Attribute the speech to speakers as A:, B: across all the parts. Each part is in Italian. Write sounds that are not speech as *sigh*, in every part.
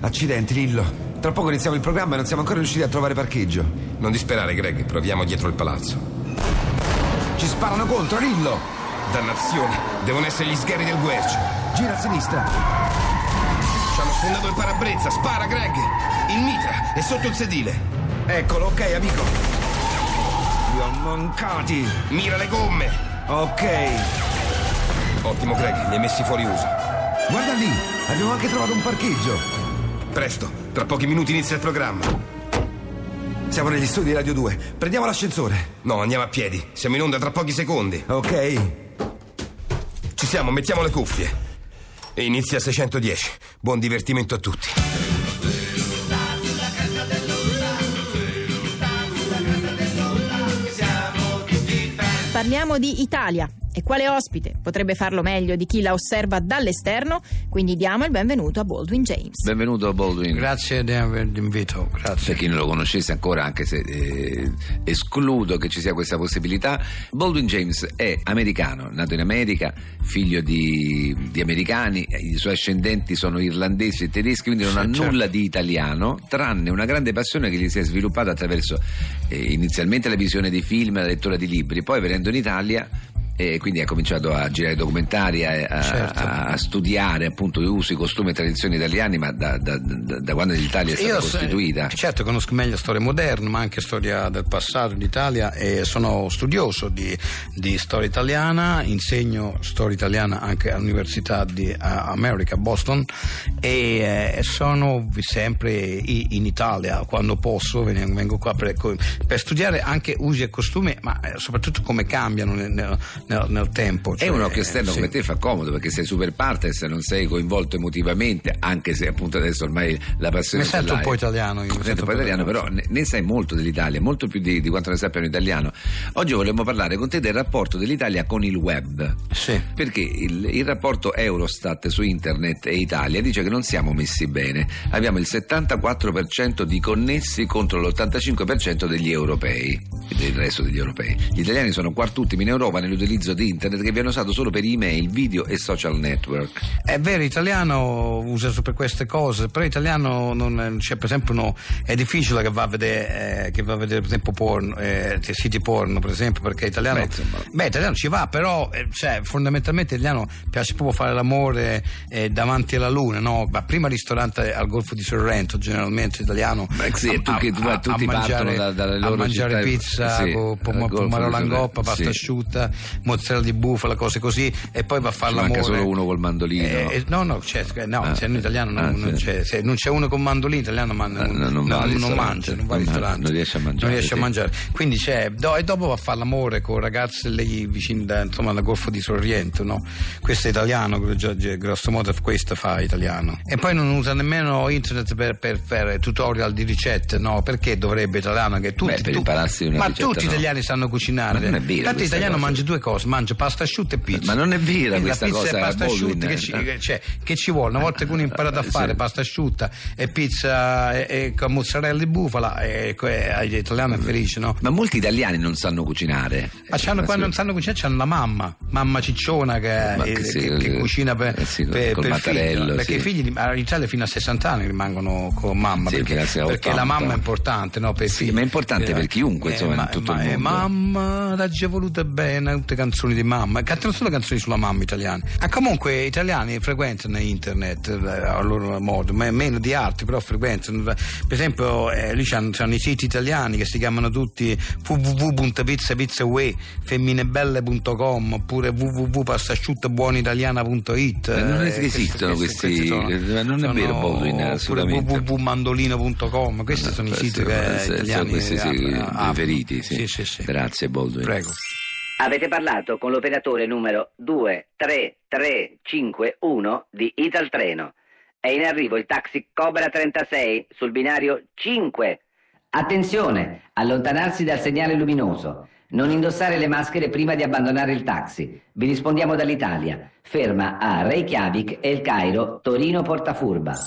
A: Accidenti, Lillo. Tra poco iniziamo il programma e non siamo ancora riusciti a trovare parcheggio.
B: Non disperare, Greg, proviamo dietro il palazzo.
A: Ci sparano contro, Lillo!
B: Dannazione, devono essere gli sgherri del Guercio.
A: Gira a sinistra.
B: Ci hanno sfondato il parabrezza, spara, Greg! Il mitra è sotto il sedile.
A: Eccolo, ok, amico. Li ho mancati.
B: Mira le gomme.
A: Ok.
B: Ottimo, Greg, li hai messi fuori uso.
A: Guarda lì, abbiamo anche trovato un parcheggio.
B: Presto, tra pochi minuti inizia il programma.
A: Siamo negli studi di Radio 2. Prendiamo l'ascensore.
B: No, andiamo a piedi, siamo in onda tra pochi secondi.
A: Ok.
B: Ci siamo, mettiamo le cuffie. E inizia 610. Buon divertimento a tutti.
C: Parliamo di Italia. E quale ospite potrebbe farlo meglio di chi la osserva dall'esterno? Quindi diamo il benvenuto a Baldwin James.
D: Benvenuto Baldwin.
E: Grazie di aver invito, grazie.
D: Per chi non lo conoscesse ancora, anche se eh, escludo che ci sia questa possibilità, Baldwin James è americano, nato in America, figlio di, di americani, eh, i suoi ascendenti sono irlandesi e tedeschi, quindi non ha
E: Sì, certo.
D: nulla di italiano, tranne una grande passione che gli si è sviluppata attraverso eh, inizialmente la visione di film, la lettura di libri, poi venendo in Italia... E quindi ha cominciato a girare documentari, a, a-
E: Certo.
D: a- a studiare appunto gli usi, i costumi e tradizioni italiani, ma da, da- da- da quando l'Italia è stata
E: Io se-
D: costituita.
E: certo conosco meglio storia moderna, ma anche storia del passato d'Italia e sono studioso di, di storia italiana, insegno storia italiana anche all'Università di eh, America, Boston e eh, sono sempre i- in Italia quando posso, ven- vengo qua per, per studiare anche usi e costumi, ma eh, soprattutto come cambiano nel, nel- nel- nel tempo.
D: E
E: cioè,
D: un occhio
E: eh,
D: esterno
E: sì.
D: come te fa comodo perché sei super partes, non sei coinvolto emotivamente, anche se appunto adesso ormai la passione
E: Mi
D: ce
E: sento un
D: l'hai.
E: po' italiano, io,
D: Mi
E: mi
D: sento un po' italiano, però ne, ne sai molto dell'Italia, molto più di, di quanto ne sappiano italiano. Oggi vogliamo parlare con te del rapporto dell'Italia con il web.
E: Sì.
D: Perché il, il rapporto Eurostat su internet e Italia dice che non siamo messi bene. Abbiamo il 74% di connessi contro l'85% degli europei e del resto degli europei. Gli italiani sono quartultimi in Europa nell'utilizzo di internet che viene usato solo per email, video e social network.
E: È vero, italiano usa per queste cose, però italiano non c'è per esempio no, è difficile che va a vedere, eh, che va a vedere, per esempio porno, eh, siti porno per esempio perché italiano
D: Beh, insomma.
E: Beh, italiano ci va, però eh, cioè, fondamentalmente italiano piace proprio fare l'amore eh, davanti alla luna, no? Ma prima al ristorante al Golfo di Sorrento, generalmente italiano.
D: Beh, sì, e tu che tu- tutti
E: mangiare,
D: partono da- dalle loro
E: a mangiare
D: città e-
E: pizza
D: sì,
E: con
D: al Golfo di
E: pomarola in
D: Sorrento,
E: goppa, pasta
D: sì.
E: asciutta, mozzarella di bufala, cose così, e poi va a fare
D: Ci
E: l'amore.
D: manca solo uno col mandolino.
E: Eh, no, no, c'è, no
D: Ah.
E: se in italiano non,
D: Ah, sì.
E: non c'è, se non c'è uno con mandolino italiano man-
D: Ah, no, non
E: non,
D: va al
E: non
D: ristorante.
E: mangia, non va al
D: Non mangia,
E: ristorante.
D: non riesce a mangiare,
E: Non riesce a
D: sì.
E: mangiare. Quindi c'è, do- e dopo va a fare l'amore con ragazze lì vicino da, insomma, al Golfo di Sorrento, no? Questo è italiano, gro- gro- grosso modo questo fa italiano. E poi non usa nemmeno internet per, per fare tutorial di ricette, no? Perché dovrebbe italiano che tutti
D: Beh, per
E: tu-
D: impararsi una
E: Ma
D: ricetta,
E: tutti
D: no.
E: gli italiani sanno cucinare.
D: Ma non è vero
E: Infatti
D: questa
E: l'italiano
D: cosa.
E: mangia due cose, mangia pasta asciutta e pizza.
D: Ma non è vera
E: E
D: questa
E: la pizza
D: cosa,
E: e pasta
D: Baldwin.
E: asciutta che ci, che- cioè, che ci vuole? Una volta che uno impara a
D: *laughs* Sì.
E: fare pasta asciutta e pizza e, e con mozzarella di bufala, e, e, agli italiani è felice, no?
D: Ma molti italiani non sanno cucinare.
E: Ma c'hanno,
D: Eh,
E: quando non
D: sì.
E: sanno cucinare c'hanno la mamma, mamma cicciona che,
D: Ma
E: eh,
D: che sì,
E: che- che
D: eh,
E: cucina per,
D: eh sì,
E: per,
D: col
E: per il figlio,
D: mattarello,
E: perché
D: sì.
E: i figli di- all'Italia fino a 60 anni rimangono con mamma,
D: Sì,
E: perché,
D: fino a
E: perché
D: 80.
E: la mamma è importante. No, per
D: Sì,
E: chi-
D: ma è importante per chiunque, insomma, in
E: ma-
D: tutto
E: ma-
D: il
E: eh,
D: mondo.
E: Mamma, l'agge voluta bene, tutte canzoni di mamma, cantano solo canzoni sulla mamma italiana. Ah, comunque italiani frequentano internet eh, a loro modo, ma meno di altri, però frequentano. Per esempio eh, lì c'hanno, c'hanno i siti italiani che si chiamano tutti www.pizzapizzaway, femminebelle.com oppure www.pastasciuttabuonitaliana.it
D: Ma non
E: eh,
D: es-
E: questi-
D: esistono questi- eh,
E: sono-
D: non è
E: sono-
D: vero, Baldwin,
E: oppure
D: assolutamente.
E: www.mandolino.com questi
D: No,
E: sono i
D: questi-
E: siti
D: eh,
E: che
D: sono
E: italiani
D: questi sì,
E: aprono- aprono.
D: preferiti, sì.
E: sì, sì, sì.
D: Grazie, Baldwin.
E: prego
F: Avete parlato con l'operatore numero 23351 di Italtreno. È in arrivo il taxi Cobra 36 sul binario 5. Attenzione, allontanarsi dal segnale luminoso. Non indossare le maschere prima di abbandonare il taxi. Vi rispondiamo dall'Italia. Ferma a Reykjavik, El Cairo, Torino Portafurba.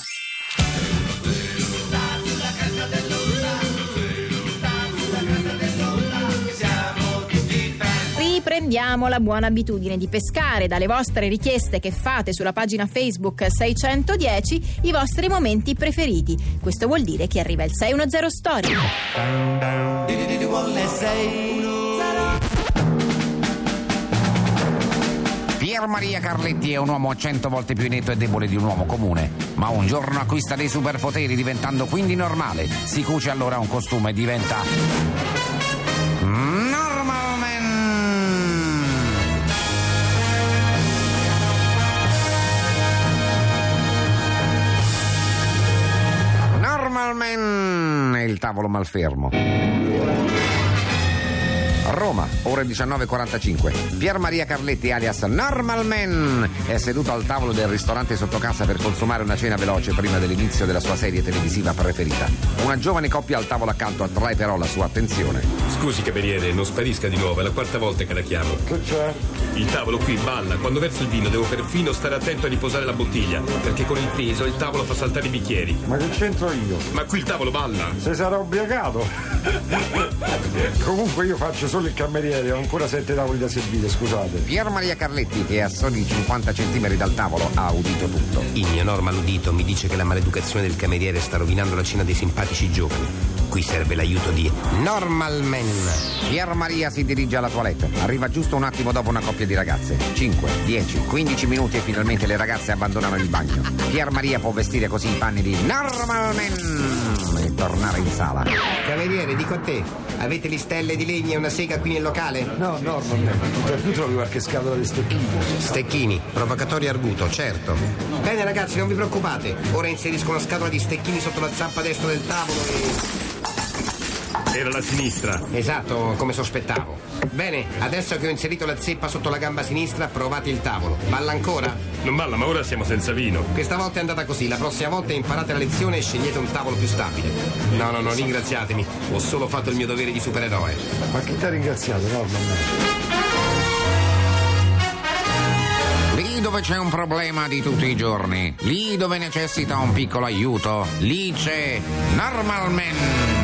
C: Riprendiamo la buona abitudine di pescare dalle vostre richieste che fate sulla pagina Facebook 610 i vostri momenti preferiti. Questo vuol dire che arriva il 610 Story.
G: Pier Maria Carletti è un uomo cento volte più netto e debole di un uomo comune, ma un giorno acquista dei superpoteri diventando quindi normale. Si cuce allora un costume e diventa... Normal Man! Normal Man è il tavolo malfermo. Roma, ore 19.45. Pier Maria Carletti, alias Normal Man, è seduto al tavolo del ristorante sotto casa per consumare una cena veloce prima dell'inizio della sua serie televisiva preferita. Una giovane coppia al tavolo accanto attrae però la sua attenzione.
H: Scusi cameriere, non sparisca di nuovo, è la quarta volta che la chiamo. Che c'è? Il tavolo qui balla, quando verso il vino devo perfino stare attento a riposare la bottiglia, perché con il peso il tavolo fa saltare i bicchieri.
I: Ma che c'entro io?
H: Ma qui il tavolo balla!
I: Se sarò ubriacato. Comunque io faccio solo il cameriere, ho ancora sette tavoli da servire, scusate.
G: Pier Maria Carletti, che è a soli 50 centimetri dal tavolo, ha udito tutto.
J: Il mio normal udito mi dice che la maleducazione del cameriere sta rovinando la cena dei simpatici giovani. Qui serve l'aiuto di Normal Man.
G: Pier Maria si dirige alla toilette. Arriva giusto un attimo dopo una coppia di ragazze. 5, 10, 15 minuti e finalmente le ragazze abbandonano il bagno. Pier Maria può vestire così i panni di Normal Man e tornare in sala.
J: Cameriere, dico a te, avete le stelle di legno e una sega qui nel locale?
I: No, no, non è. Tu trovi qualche scatola di stecchino.
J: Stecchini, provocatorio arguto, certo. Bene ragazzi, non vi preoccupate. Ora inserisco una scatola di stecchini sotto la zampa destra del tavolo e...
H: Era la sinistra.
J: Esatto, come sospettavo. Bene, adesso che ho inserito la zeppa sotto la gamba sinistra, provate il tavolo. Balla ancora?
H: Non balla, ma ora siamo senza vino.
J: Questa volta è andata così, la prossima volta imparate la lezione e scegliete un tavolo più stabile. No, no, no, ringraziatemi. Ho solo fatto il mio dovere di supereroe.
I: Ma chi ti ha ringraziato, Norman?
G: Lì dove c'è un problema di tutti i giorni, lì dove necessita un piccolo aiuto, lì c'è Normal Man.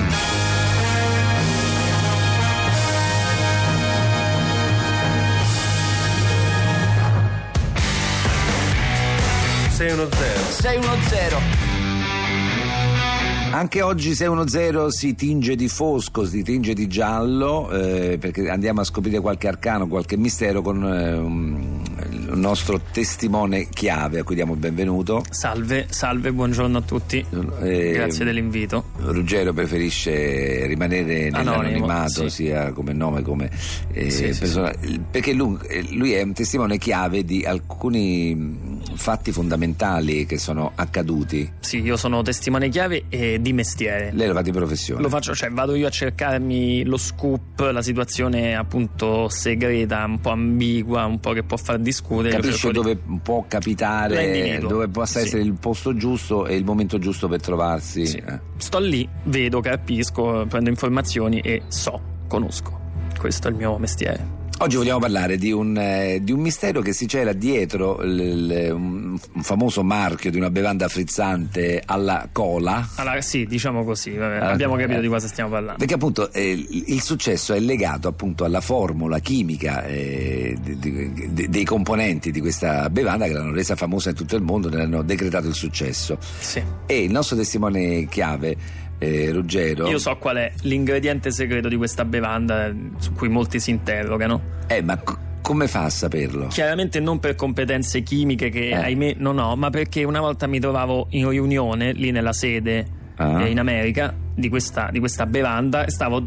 D: Anche oggi 610 si tinge di fosco, si tinge di giallo, eh, perché andiamo a scoprire qualche arcano, qualche mistero con eh, un- il nostro testimone chiave a cui diamo il benvenuto.
K: Salve, salve, buongiorno a tutti.
D: Eh,
K: Grazie dell'invito.
D: Ruggero preferisce rimanere
K: Anonimo,
D: nell'anonimato
K: sì.
D: sia come nome come eh,
K: Sì, sì,
D: persona, perché lui, eh, lui è un testimone chiave di alcuni mh, fatti fondamentali che sono accaduti.
K: Sì, io sono testimone chiave e di mestiere.
D: Lei lo fa di professione.
K: Lo faccio, cioè vado io a cercarmi lo scoop, la situazione appunto segreta, un po' ambigua, un po' che può far discutere. Io
D: Capisce
K: cerco di-
D: dove può
K: La
D: capitare,
K: individuo.
D: dove possa
K: Sì.
D: essere il posto giusto e il momento giusto per trovarsi.
K: Sì.
D: Eh.
K: Sto lì, vedo, capisco, prendo informazioni e so, conosco. Questo è il mio mestiere.
D: Oggi vogliamo parlare di un, eh, di un mistero che si cela dietro l- l- un, un famoso marchio di una bevanda frizzante alla cola.
K: Allora, sì, diciamo così, vabbè,
D: Ah,
K: abbiamo capito
D: eh.
K: di cosa stiamo parlando.
D: Perché appunto eh, il il successo è legato appunto alla formula chimica eh, di- di- de- dei componenti di questa bevanda che l'hanno resa famosa in tutto il mondo, ne hanno decretato il successo.
K: Sì.
D: E il nostro testimone chiave, eh, Ruggero,
K: Io so qual è l'ingrediente segreto di questa bevanda eh, su cui molti si interrogano.
D: eh, ma co- come fa a saperlo?
K: Chiaramente non per competenze chimiche che
D: Eh.
K: ahimè non ho, ma perché una volta mi trovavo in riunione lì nella sede
D: Ah.
K: eh, in America di questa, di questa bevanda e stavo,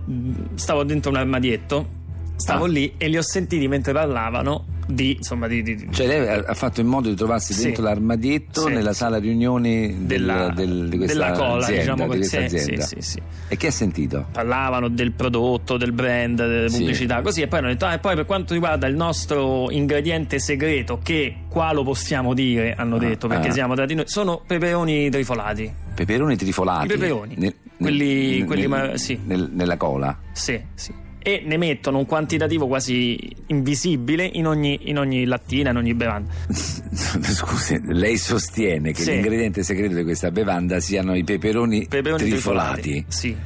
K: stavo dentro un armadietto, stavo
D: Ah.
K: lì e li ho sentiti mentre parlavano di, insomma, di, di- di-
D: Cioè lei ha ha fatto in modo di trovarsi
K: Sì.
D: dentro l'armadietto
K: Sì.
D: nella sala riunioni del-
K: della,
D: del- di questa
K: della cola,
D: azienda,
K: diciamo
D: di
K: così.
D: questa
K: Sì,
D: azienda.
K: sì, sì, sì.
D: E chi ha sentito?
K: parlavano del prodotto, del brand, delle
D: Sì.
K: pubblicità, così. E poi hanno detto: Ah, e poi per quanto riguarda il nostro ingrediente segreto, che qua lo possiamo dire, hanno
D: Ah,
K: detto, perché
D: ah.
K: siamo tra di noi, sono peperoni trifolati.
D: Peperoni trifolati.
K: I peperoni.
D: Nel-
K: Quelli-
D: nel-
K: quelli
D: nel-
K: ma- sì.
D: nel- nella cola. *laughs*
K: Sì, sì. E ne mettono un quantitativo quasi invisibile in ogni, in ogni lattina, in ogni bevanda.
D: Scusi, lei sostiene che
K: Sì.
D: l'ingrediente segreto di questa bevanda siano i peperoni,
K: Peperoni
D: trifolati.
K: Sì.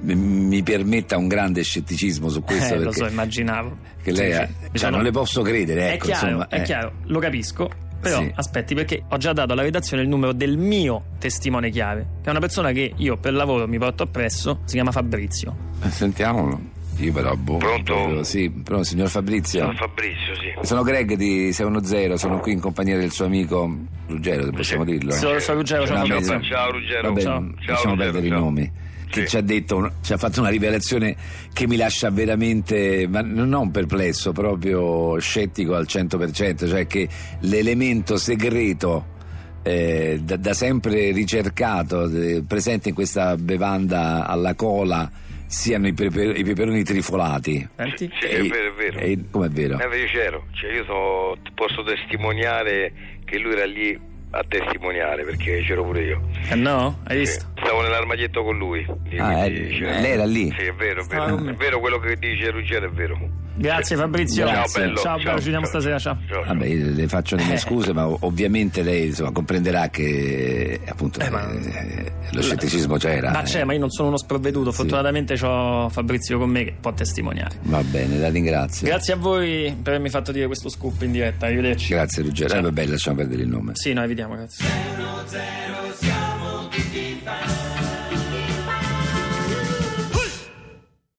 D: mi permetta un grande scetticismo su questo.
K: Eh, lo
D: perché
K: so, immaginavo.
D: che lei
K: Sì,
D: ha-
K: sì.
D: cioè,
K: Diciamo-
D: non le posso credere,
K: È
D: ecco,
K: chiaro,
D: insomma,
K: è
D: eh.
K: chiaro, lo capisco. Però
D: Sì.
K: aspetti, perché ho già dato alla redazione il numero del mio testimone chiave, che è una persona che io per lavoro mi porto appresso, si chiama Fabrizio.
D: Eh, Sentiamolo. Io però boh. Pronto? Sì, pronto, signor Fabrizio.
L: Sono Fabrizio, sì.
D: Sono Greg di 610, sono qui in compagnia del suo amico Ruggero, se possiamo dirlo. eh.
K: Sono- sono Ruggero, sono
D: Vabbè,
K: Ruggero.
D: sì.
K: Ciao, Ruggero.
D: Vabbè,
K: Ciao.
D: Lasciamo
K: Ciao,
D: perdere
K: Ruggero,
D: i
K: ciao.
D: nomi. Che ci ha detto, ci ha fatto una rivelazione che mi lascia veramente, ma non non perplesso, proprio scettico al 100%, cioè che l'elemento segreto eh, da, da sempre ricercato, eh, presente in questa bevanda alla cola, siano i, peper- i peperoni trifolati.
K: Senti?
L: Sì, è vero, è vero.
D: E, com'è vero?
L: Eh, beh, io c'ero, cioè io sono- posso testimoniare che lui era lì a testimoniare perché c'ero pure io.
K: Eh no? Hai visto?
L: Stavo nell'armadietto con lui. quindi
D: Ah, eh,
L: c'era-
D: lei era lì?
L: Sì, è vero, è
K: Stava con
L: vero.
K: me.
L: È vero quello che dice Ruggero, è vero.
K: Grazie Fabrizio.
L: Ciao, bello.
K: Ciao,
L: Ciao,
K: ci vediamo
L: ciao.
K: stasera, ciao.
D: Vabbè, io le faccio
L: Eh.
D: le mie scuse, ma ov- ovviamente lei insomma, comprenderà che eh, appunto eh, lo scetticismo c'era.
K: Ma
D: eh.
K: c'è, ma io non sono uno sprovveduto, fortunatamente ho Fabrizio con me che può testimoniare.
D: Va bene, la ringrazio.
K: Grazie a voi per avermi fatto dire questo scoop in diretta, arrivederci.
D: Grazie Ruggero. Eh, vabbè, lasciamo perdere il nome.
K: Sì, no, evitiamo, grazie.
M: Zero, zero, zero.